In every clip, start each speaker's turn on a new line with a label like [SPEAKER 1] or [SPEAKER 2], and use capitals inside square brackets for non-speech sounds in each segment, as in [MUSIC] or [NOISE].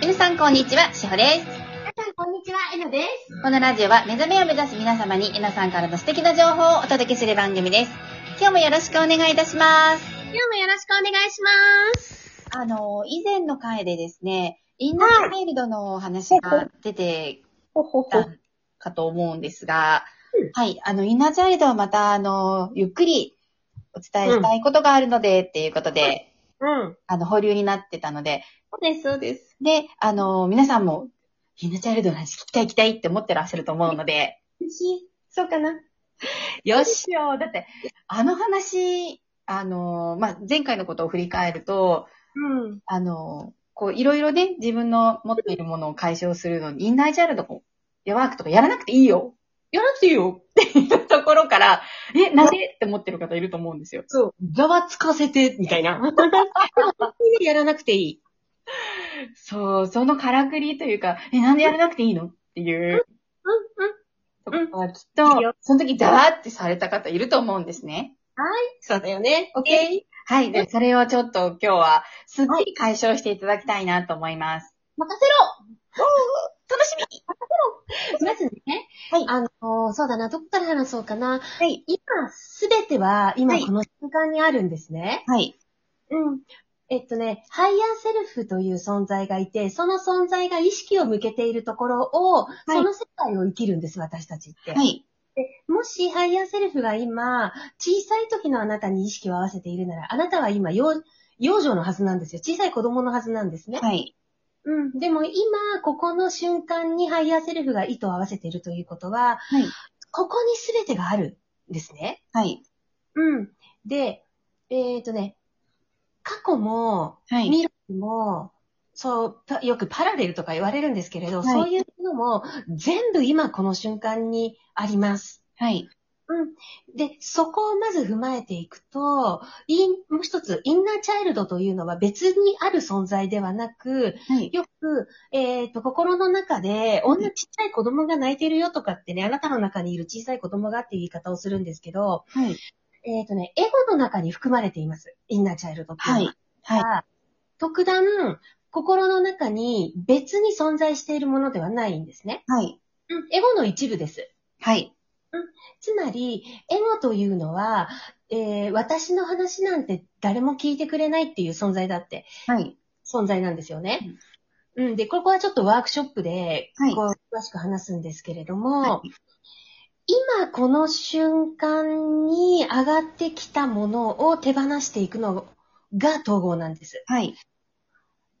[SPEAKER 1] 皆さんこんにちは、しほです。
[SPEAKER 2] 皆さん、こんにちは、えなです。
[SPEAKER 1] このラジオは目覚めを目指す皆様に皆さんからの素敵な情報をお届けする番組です。今日もよろしくお願いいたします。
[SPEAKER 2] 今日もよろしくお願いします。
[SPEAKER 1] あの、以前の回でですね、インナーチャイルドのお話が出て
[SPEAKER 2] ほほ
[SPEAKER 1] きたかと思うんですが、はい、あの、インナーチャイルドはまた、あの、ゆっくりお伝えしたいことがあるので、っていうことで、
[SPEAKER 2] うん。
[SPEAKER 1] あの、保留になってたので、
[SPEAKER 2] そうです、そうです。
[SPEAKER 1] で、あの、皆さんも、インナーチャイルドの話聞きたい聞きたいって思ってらっしゃると思うので、
[SPEAKER 2] そうかな。
[SPEAKER 1] よしよ、だって、あの話、あの、まあ、前回のことを振り返ると、
[SPEAKER 2] うん。
[SPEAKER 1] あの、こう、いろいろね、自分の持っているものを解消するのに、インナージャールとか、ワークとかやらなくていいよ。やらなくていいよっていうところから、え、なんでって思ってる方いると思うんですよ。
[SPEAKER 2] そう。ざわつかせて、みたい [LAUGHS] な。本当にやらなくていい。
[SPEAKER 1] そう、そのからくりというか、え、なんでやらなくていいのっていう
[SPEAKER 2] うん、うん。
[SPEAKER 1] ところはきっ
[SPEAKER 2] いい
[SPEAKER 1] と
[SPEAKER 2] よ、
[SPEAKER 1] その時ザワーってされた方いると思うんですね。
[SPEAKER 2] そうだよね。オッ
[SPEAKER 1] え
[SPEAKER 2] ケー。
[SPEAKER 1] はい。で、それをちょっと今日は、すっきり解消していただきたいなと思います。
[SPEAKER 2] 任 [LAUGHS] せ
[SPEAKER 1] 楽しみ
[SPEAKER 2] ろまずね、
[SPEAKER 1] はい
[SPEAKER 2] あのー、そうだな、どこから話そうかな。
[SPEAKER 1] はい。
[SPEAKER 2] 今、すべては、今
[SPEAKER 1] はい
[SPEAKER 2] この瞬間にあるんですね。
[SPEAKER 1] はい。
[SPEAKER 2] うん。えっとね、ハイヤーセルフという存在がいて、その存在が意識を向けているところを、
[SPEAKER 1] い
[SPEAKER 2] その世界を生きるんです、私たちって。
[SPEAKER 1] はい。
[SPEAKER 2] もしハイヤーセルフが今、小さい時のあなたに意識を合わせているなら、あなたは今、幼幼女のはずなんですよ。小さい子供のはずなんですね。
[SPEAKER 1] はい。
[SPEAKER 2] うん。でも今、ここの瞬間にハイヤーセルフが意図を合わせているということは、
[SPEAKER 1] はい
[SPEAKER 2] ここに全てがあるんですね。
[SPEAKER 1] はい。
[SPEAKER 2] うん。で、えっ、とね、過去も、
[SPEAKER 1] はい
[SPEAKER 2] 未来も、そう、パよくパラレルとか言われるんですけれど、
[SPEAKER 1] はい
[SPEAKER 2] そういうのも全部今この瞬間にあります。
[SPEAKER 1] はい。
[SPEAKER 2] で、そこをまず踏まえていくと、インもう一つ、インナーチャイルドというのは別にある存在ではなく、
[SPEAKER 1] はい。
[SPEAKER 2] よく、えっ、と、心の中で、女ちっちゃい子供が泣いてるよとかってね、あなたの中にいる小さい子供がっていう言い方をするんですけど、
[SPEAKER 1] はい。
[SPEAKER 2] えっ、とね、エゴの中に含まれています。インナーチャイルドっていうのは。
[SPEAKER 1] はい。はい。
[SPEAKER 2] 特段、心の中に別に存在しているものではないんですね。
[SPEAKER 1] はい。
[SPEAKER 2] エゴの一部です。
[SPEAKER 1] はい。
[SPEAKER 2] つまり、エゴというのは、えー私の話なんて誰も聞いてくれないっていう存在だって、
[SPEAKER 1] はい。
[SPEAKER 2] 存在なんですよね。うん、で、ここはちょっとワークショップで、
[SPEAKER 1] はい
[SPEAKER 2] こう詳しく話すんですけれども、
[SPEAKER 1] はい
[SPEAKER 2] 今この瞬間に上がってきたものを手放していくのが統合なんです。
[SPEAKER 1] はい。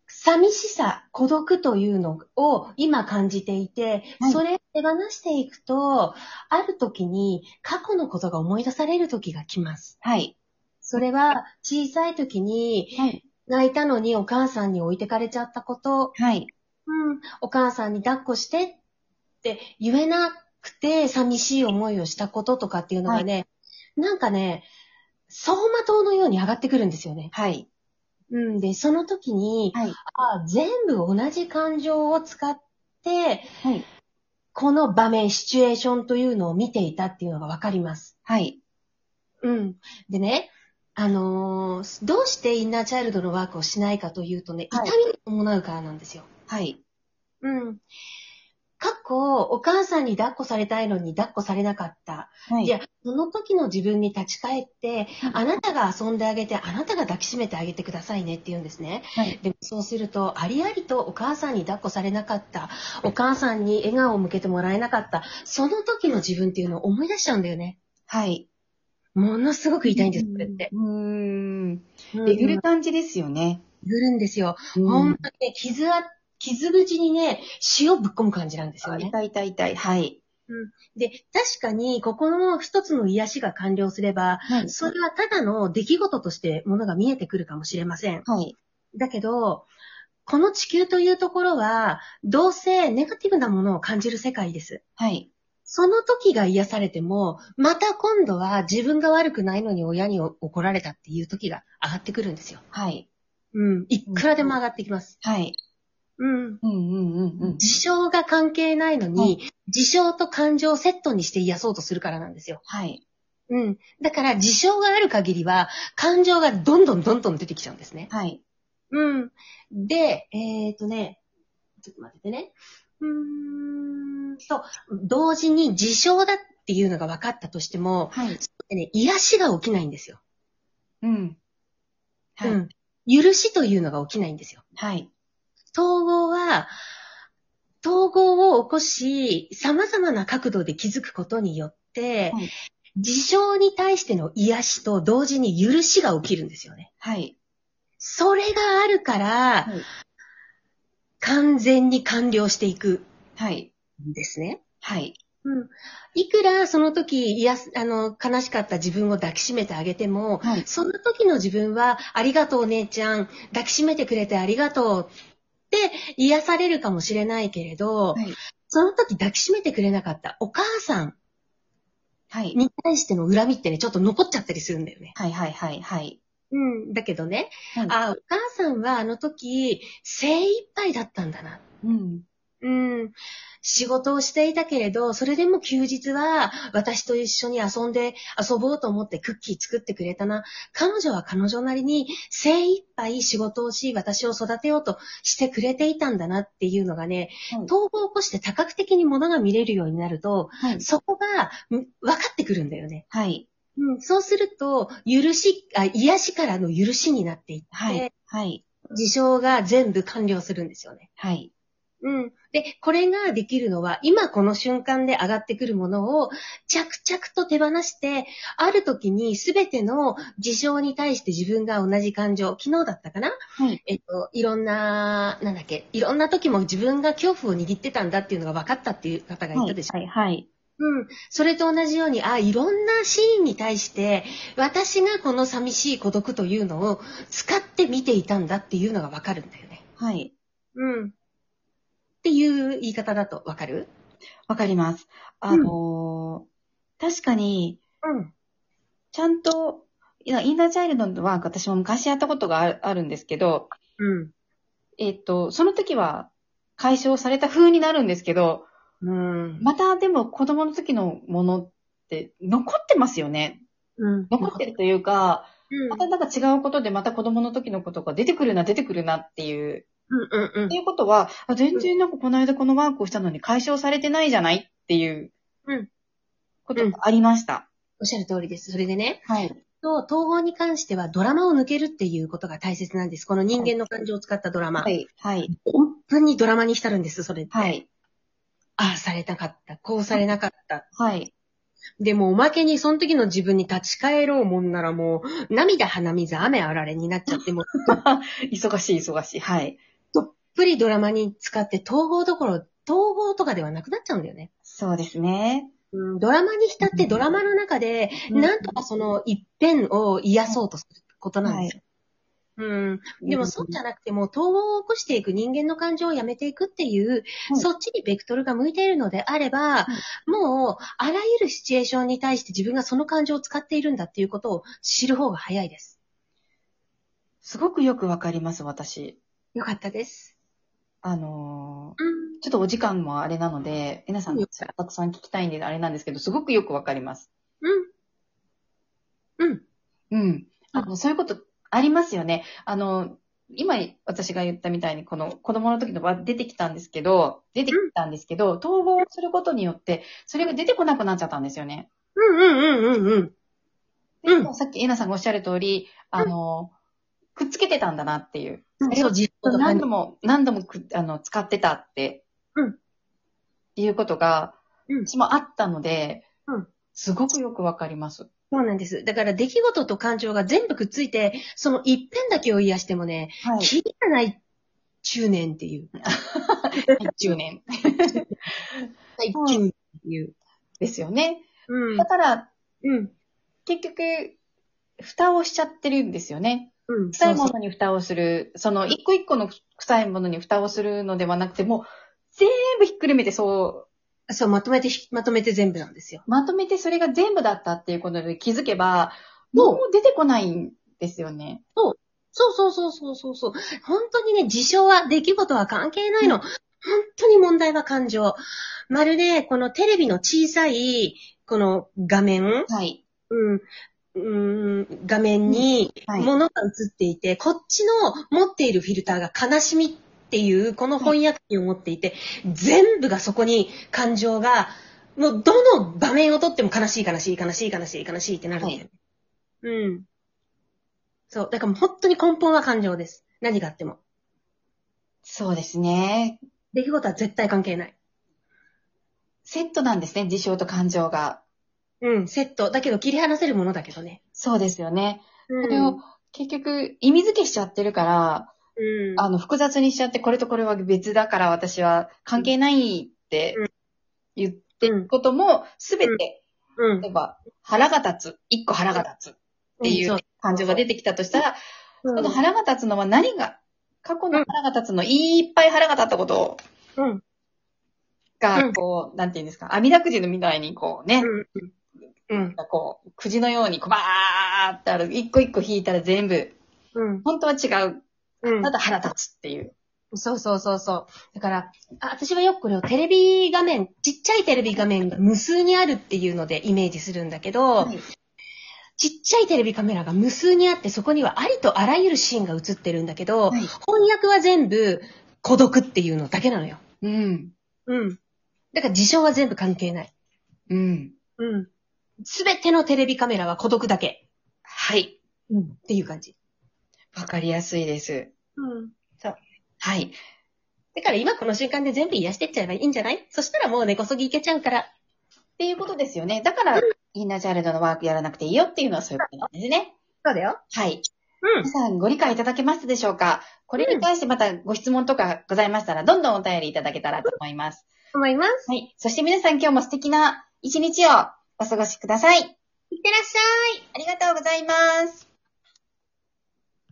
[SPEAKER 2] 寂しさ、孤独というのを今感じていて、
[SPEAKER 1] はい
[SPEAKER 2] それを手放していくと、ある時に過去のことが思い出される時が来ます。
[SPEAKER 1] はい。
[SPEAKER 2] それは小さい時に
[SPEAKER 1] はい。
[SPEAKER 2] 泣いたのにお母さんに置いてかれちゃったこと、
[SPEAKER 1] はい。
[SPEAKER 2] うん、お母さんに抱っこしてって言えなくて寂しい思いをしたこととかっていうのがね、なんかね、走馬灯のように上がってくるんですよね。
[SPEAKER 1] はい。
[SPEAKER 2] うん、で、その時に、
[SPEAKER 1] はい。
[SPEAKER 2] あ全部同じ感情を使って、
[SPEAKER 1] はい
[SPEAKER 2] この場面、シチュエーションというのを見ていたっていうのがわかります。
[SPEAKER 1] はい。
[SPEAKER 2] うん。でね、あのーどうしてインナーチャイルドのワークをしないかというとね、痛
[SPEAKER 1] はい
[SPEAKER 2] みに伴うからなんですよ。
[SPEAKER 1] はい。
[SPEAKER 2] うん。過去、お母さんに抱っこされたいのに抱っこされなかった。
[SPEAKER 1] はい。
[SPEAKER 2] いや、その時の自分に立ち返って、あなたが遊んであげて、あなたが抱きしめてあげてくださいねって言うんですね。
[SPEAKER 1] はい。
[SPEAKER 2] でもそうすると、ありありとお母さんに抱っこされなかった、お母さんに笑顔を向けてもらえなかった、その時の自分っていうのを思い出しちゃうんだよね。
[SPEAKER 1] はい。
[SPEAKER 2] ものすごく痛いんです、これって。
[SPEAKER 1] うーん。
[SPEAKER 2] うん
[SPEAKER 1] で、ゆる感じですよね。
[SPEAKER 2] ゆるんですよ。ほ
[SPEAKER 1] うん
[SPEAKER 2] とにね、傷あ、傷口にね、塩ぶっ込む感じなんですよ
[SPEAKER 1] ん。
[SPEAKER 2] ね。
[SPEAKER 1] 痛い痛い痛い。はい。
[SPEAKER 2] で、確かに、ここの一つの癒しが完了すれば、
[SPEAKER 1] はい。
[SPEAKER 2] それはただの出来事としてものが見えてくるかもしれません。
[SPEAKER 1] はい。
[SPEAKER 2] だけど、この地球というところは、どうせネガティブなものを感じる世界です。
[SPEAKER 1] はい。
[SPEAKER 2] その時が癒されても、また今度は自分が悪くないのに親に怒られたっていう時が上がってくるんですよ。
[SPEAKER 1] はい。
[SPEAKER 2] うん。いくらでも上がってきます。
[SPEAKER 1] はい。
[SPEAKER 2] うん。
[SPEAKER 1] うんうんうんうん。
[SPEAKER 2] 事象が関係ないの
[SPEAKER 1] は
[SPEAKER 2] に、事象と感情をセットにして癒そうとするからなんですよ。
[SPEAKER 1] はい。
[SPEAKER 2] うん。だから事象がある限りは、感情がどんどんどんどん出てきちゃうんですね。
[SPEAKER 1] はい。
[SPEAKER 2] うん。で、えっ、とね、ちょっと待っててね。うーんと、同時に自傷だっていうのが分かったとしても、
[SPEAKER 1] はい。
[SPEAKER 2] ね、癒しが起きないんですよ。
[SPEAKER 1] うん。はい。
[SPEAKER 2] うん。許しというのが起きないんですよ。
[SPEAKER 1] はい。
[SPEAKER 2] 統合は、統合を起こし、様々な角度で気づくことによって、
[SPEAKER 1] はい
[SPEAKER 2] 事象に対しての癒しと同時に許しが起きるんですよね。
[SPEAKER 1] はい。
[SPEAKER 2] それがあるから、
[SPEAKER 1] はい
[SPEAKER 2] 完全に完了していく
[SPEAKER 1] はい。
[SPEAKER 2] んですね。
[SPEAKER 1] はい。
[SPEAKER 2] うん。いくらその時、癒す、あの、悲しかった自分を抱きしめてあげても、
[SPEAKER 1] はい。
[SPEAKER 2] その時の自分は、ありがとうお姉ちゃん、抱きしめてくれてありがとうって癒されるかもしれないけれど、
[SPEAKER 1] はい
[SPEAKER 2] その時抱きしめてくれなかったお母さん
[SPEAKER 1] はい。
[SPEAKER 2] に対しての恨みってね、ちょっと残っちゃったりするんだよね。
[SPEAKER 1] はい。はい。はい。はい。
[SPEAKER 2] うん。だけどね、
[SPEAKER 1] はい
[SPEAKER 2] あ、お母さんはあの時、精一杯だったんだな。
[SPEAKER 1] うん。
[SPEAKER 2] うん。仕事をしていたけれど、それでも休日は私と一緒に遊んで、遊ぼうと思ってクッキー作ってくれたな。彼女は彼女なりに精一杯仕事をし、私を育てようとしてくれていたんだなっていうのがね、
[SPEAKER 1] はい
[SPEAKER 2] 統合を起こして多角的にものが見れるようになると、
[SPEAKER 1] はい。
[SPEAKER 2] そこがうん分かってくるんだよね。
[SPEAKER 1] はい。
[SPEAKER 2] うん、そうすると、許し、あ、癒しからの許しになっていって、
[SPEAKER 1] はい。はい。
[SPEAKER 2] 事象が全部完了するんですよね。
[SPEAKER 1] はい。
[SPEAKER 2] うん。で、これができるのは、今この瞬間で上がってくるものを、着々と手放して、ある時に全ての事象に対して自分が同じ感情、昨日だったかな
[SPEAKER 1] はい。
[SPEAKER 2] えっと、いろんな、なんだっけ、いろんな時も自分が恐怖を握ってたんだっていうのが分かったっていう方がいたでしょ。
[SPEAKER 1] はい。はい。
[SPEAKER 2] うん。それと同じように、あ、いろんなシーンに対して、私がこの寂しい孤独というのを使って見ていたんだっていうのが分かるんだよね。
[SPEAKER 1] はい。
[SPEAKER 2] うん。っていう言い方だとわかる
[SPEAKER 1] わかります。あのー、確かに、
[SPEAKER 2] うん。
[SPEAKER 1] ちゃんと、いやインナーチャイルドのワーク、私も昔やったことがあるあるんですけど、
[SPEAKER 2] うん。
[SPEAKER 1] えっと、その時は解消された風になるんですけど、
[SPEAKER 2] うん。
[SPEAKER 1] またでも子供の時のものって残ってますよね。
[SPEAKER 2] うん
[SPEAKER 1] 残ってるというか、
[SPEAKER 2] うん
[SPEAKER 1] またなんか違うことでまた子供の時のことが出てくるな、出てくるなっていう。
[SPEAKER 2] うんうんうん
[SPEAKER 1] っていうことは、あ全然なんかこの間このワークをしたのに解消されてないじゃないっていう
[SPEAKER 2] うん。
[SPEAKER 1] ことがありました。
[SPEAKER 2] おっしゃる通りです。それでね、
[SPEAKER 1] はい。
[SPEAKER 2] と統合に関してはドラマを抜けるっていうことが大切なんです。この人間の感情を使ったドラマ。
[SPEAKER 1] はい。はい。
[SPEAKER 2] 本当にドラマに浸るんです、それって。
[SPEAKER 1] はい。
[SPEAKER 2] ああ、されなかった。こうされなかった。
[SPEAKER 1] はい。
[SPEAKER 2] でも、おまけに、その時の自分に立ち返ろうもんならもう、涙、鼻水、雨あられになっちゃって、もう、 [LAUGHS] どっ
[SPEAKER 1] 忙しい、忙しい。はい。
[SPEAKER 2] ぷりドラマに使って、統合どころ、統合とかではなくなっちゃうんだよね。
[SPEAKER 1] そうですね。
[SPEAKER 2] うんドラマに浸って、ドラマの中で、
[SPEAKER 1] うん
[SPEAKER 2] なんとかその一辺を癒そうとすることなんですよ。うん。でもそうじゃなくても、統合を起こしていく人間の感情をやめていくっていう、
[SPEAKER 1] はい
[SPEAKER 2] そっちにベクトルが向いているのであれば、
[SPEAKER 1] は
[SPEAKER 2] もう、あらゆるシチュエーションに対して自分がその感情を使っているんだっていうことを知る方が早いです。
[SPEAKER 1] すごくよくわかります、私。
[SPEAKER 2] よかったです。
[SPEAKER 1] あの
[SPEAKER 2] うん。
[SPEAKER 1] ーちょっとお時間もあれなので、皆さん、
[SPEAKER 2] うん
[SPEAKER 1] たくさん聞きたいんで、あれなんですけど、すごくよくわかります。
[SPEAKER 2] うん。うん。
[SPEAKER 1] うん。あの、そういうことありますよね。あの、今、私が言ったみたいに、この子供の時のは出てきたんですけど、出てきたんですけど、統合することによって、それが出てこなくなっちゃったんですよね。
[SPEAKER 2] うんうんうんうん。
[SPEAKER 1] で
[SPEAKER 2] うん
[SPEAKER 1] さっきえなさんがおっしゃる通り、あの、くっつけてたんだなっていう。
[SPEAKER 2] うん。そう、自分の
[SPEAKER 1] 何
[SPEAKER 2] 感
[SPEAKER 1] 度
[SPEAKER 2] 情。
[SPEAKER 1] も、何度もくあの使ってたって、
[SPEAKER 2] うん
[SPEAKER 1] っていうことが、
[SPEAKER 2] うん
[SPEAKER 1] 私もあったので、
[SPEAKER 2] うん
[SPEAKER 1] すごくよくわかります。
[SPEAKER 2] そうなんです。だから出来事と感情が全部くっついて、その一辺だけを癒してもね、
[SPEAKER 1] は
[SPEAKER 2] キリがない中年っていう。
[SPEAKER 1] 10年
[SPEAKER 2] [LAUGHS] はい
[SPEAKER 1] うん
[SPEAKER 2] 中年っていう。
[SPEAKER 1] ですよね。
[SPEAKER 2] うん
[SPEAKER 1] だ。から、
[SPEAKER 2] うん。
[SPEAKER 1] 結局、蓋をしちゃってるんですよね。
[SPEAKER 2] うん。
[SPEAKER 1] 臭い
[SPEAKER 2] そう
[SPEAKER 1] も
[SPEAKER 2] そう
[SPEAKER 1] のに蓋をする。その、一個一個の臭いものに蓋をするのではなくて、もう、全部ひっくるめて、そ
[SPEAKER 2] そう、まとめてひ、まとめて全部なんですよ。
[SPEAKER 1] う、まとめてそれが全部だったっていうことで気づけば、もう出てこないんですよね。
[SPEAKER 2] そうそうそうそうそうそう。本当にね、事象は、出来事は関係ないの。本当に問題は感情。まるで、このテレビの小さい、この画面、
[SPEAKER 1] はい。
[SPEAKER 2] うん、うん、画面に
[SPEAKER 1] はい
[SPEAKER 2] 物が映っていて、こっちの持っているフィルターが悲しみっていう、この翻訳機を持っていて、全部がそこに感情が、もうどの場面をとっても悲しい悲しい悲しい悲しい悲しいってなるんだよね。うん。そう。だからもう本当に根本は感情です。何があっても。
[SPEAKER 1] そうですね。
[SPEAKER 2] 出来事は絶対関係ない。
[SPEAKER 1] セットなんですね、事象と感情が。
[SPEAKER 2] うん、セット。だけど切り離せるものだけどね。
[SPEAKER 1] そうですよね。
[SPEAKER 2] う
[SPEAKER 1] それを結局意味付けしちゃってるから、
[SPEAKER 2] うん。
[SPEAKER 1] あの複雑にしちゃって、これとこれは別だから私は関係ないって
[SPEAKER 2] うん
[SPEAKER 1] 言ってることも、すべて、
[SPEAKER 2] うん
[SPEAKER 1] 例えば腹が立つ、一個腹が立つってい
[SPEAKER 2] うん
[SPEAKER 1] う感情が出てきたとしたら、
[SPEAKER 2] そう
[SPEAKER 1] その腹が立つのは何が、過去の腹が立つの、いっぱい腹が立ったこと
[SPEAKER 2] うん。うんう
[SPEAKER 1] が
[SPEAKER 2] ん、
[SPEAKER 1] こう、なんていうんですか、網だくじのみたいにこうね、
[SPEAKER 2] うん。
[SPEAKER 1] こう、くじのようにこうバーってある、一個一個引いたら全部、
[SPEAKER 2] うん。
[SPEAKER 1] 本当は違う。
[SPEAKER 2] うん
[SPEAKER 1] ただ腹立つっていう。
[SPEAKER 2] そうそうそうそう。だから、あ私はよくこれをテレビ画面、ちっちゃいテレビ画面が無数にあるっていうのでイメージするんだけど、
[SPEAKER 1] はい
[SPEAKER 2] ちっちゃいテレビカメラが無数にあって、そこにはありとあらゆるシーンが映ってるんだけど、
[SPEAKER 1] はい
[SPEAKER 2] 翻訳は全部孤独っていうのだけなのよ。
[SPEAKER 1] うん。
[SPEAKER 2] うん。だから事象は全部関係ない。
[SPEAKER 1] うん。
[SPEAKER 2] うん。すべてのテレビカメラは孤独だけ。
[SPEAKER 1] はい。
[SPEAKER 2] うん。っていう感じ。
[SPEAKER 1] わかりやすいです。
[SPEAKER 2] うん。
[SPEAKER 1] はい。
[SPEAKER 2] だから今この瞬間で全部癒してっちゃえばいいんじゃないそしたらもう根こそぎいけちゃうから。
[SPEAKER 1] っていうことですよね。だから、インナーチャイルドのワークやらなくていいよっていうのはそういうことなんですね。
[SPEAKER 2] そうだよ。
[SPEAKER 1] はい。
[SPEAKER 2] うん
[SPEAKER 1] 皆。さんご理解いただけましたでしょうかこれに対してまたご質問とかございましたら、どんどんお便りいただけたらと思います。
[SPEAKER 2] 思います。
[SPEAKER 1] はい。そして皆さん今日も素敵な一日をお過ごしください。いってらっしゃい。ありがとうございます。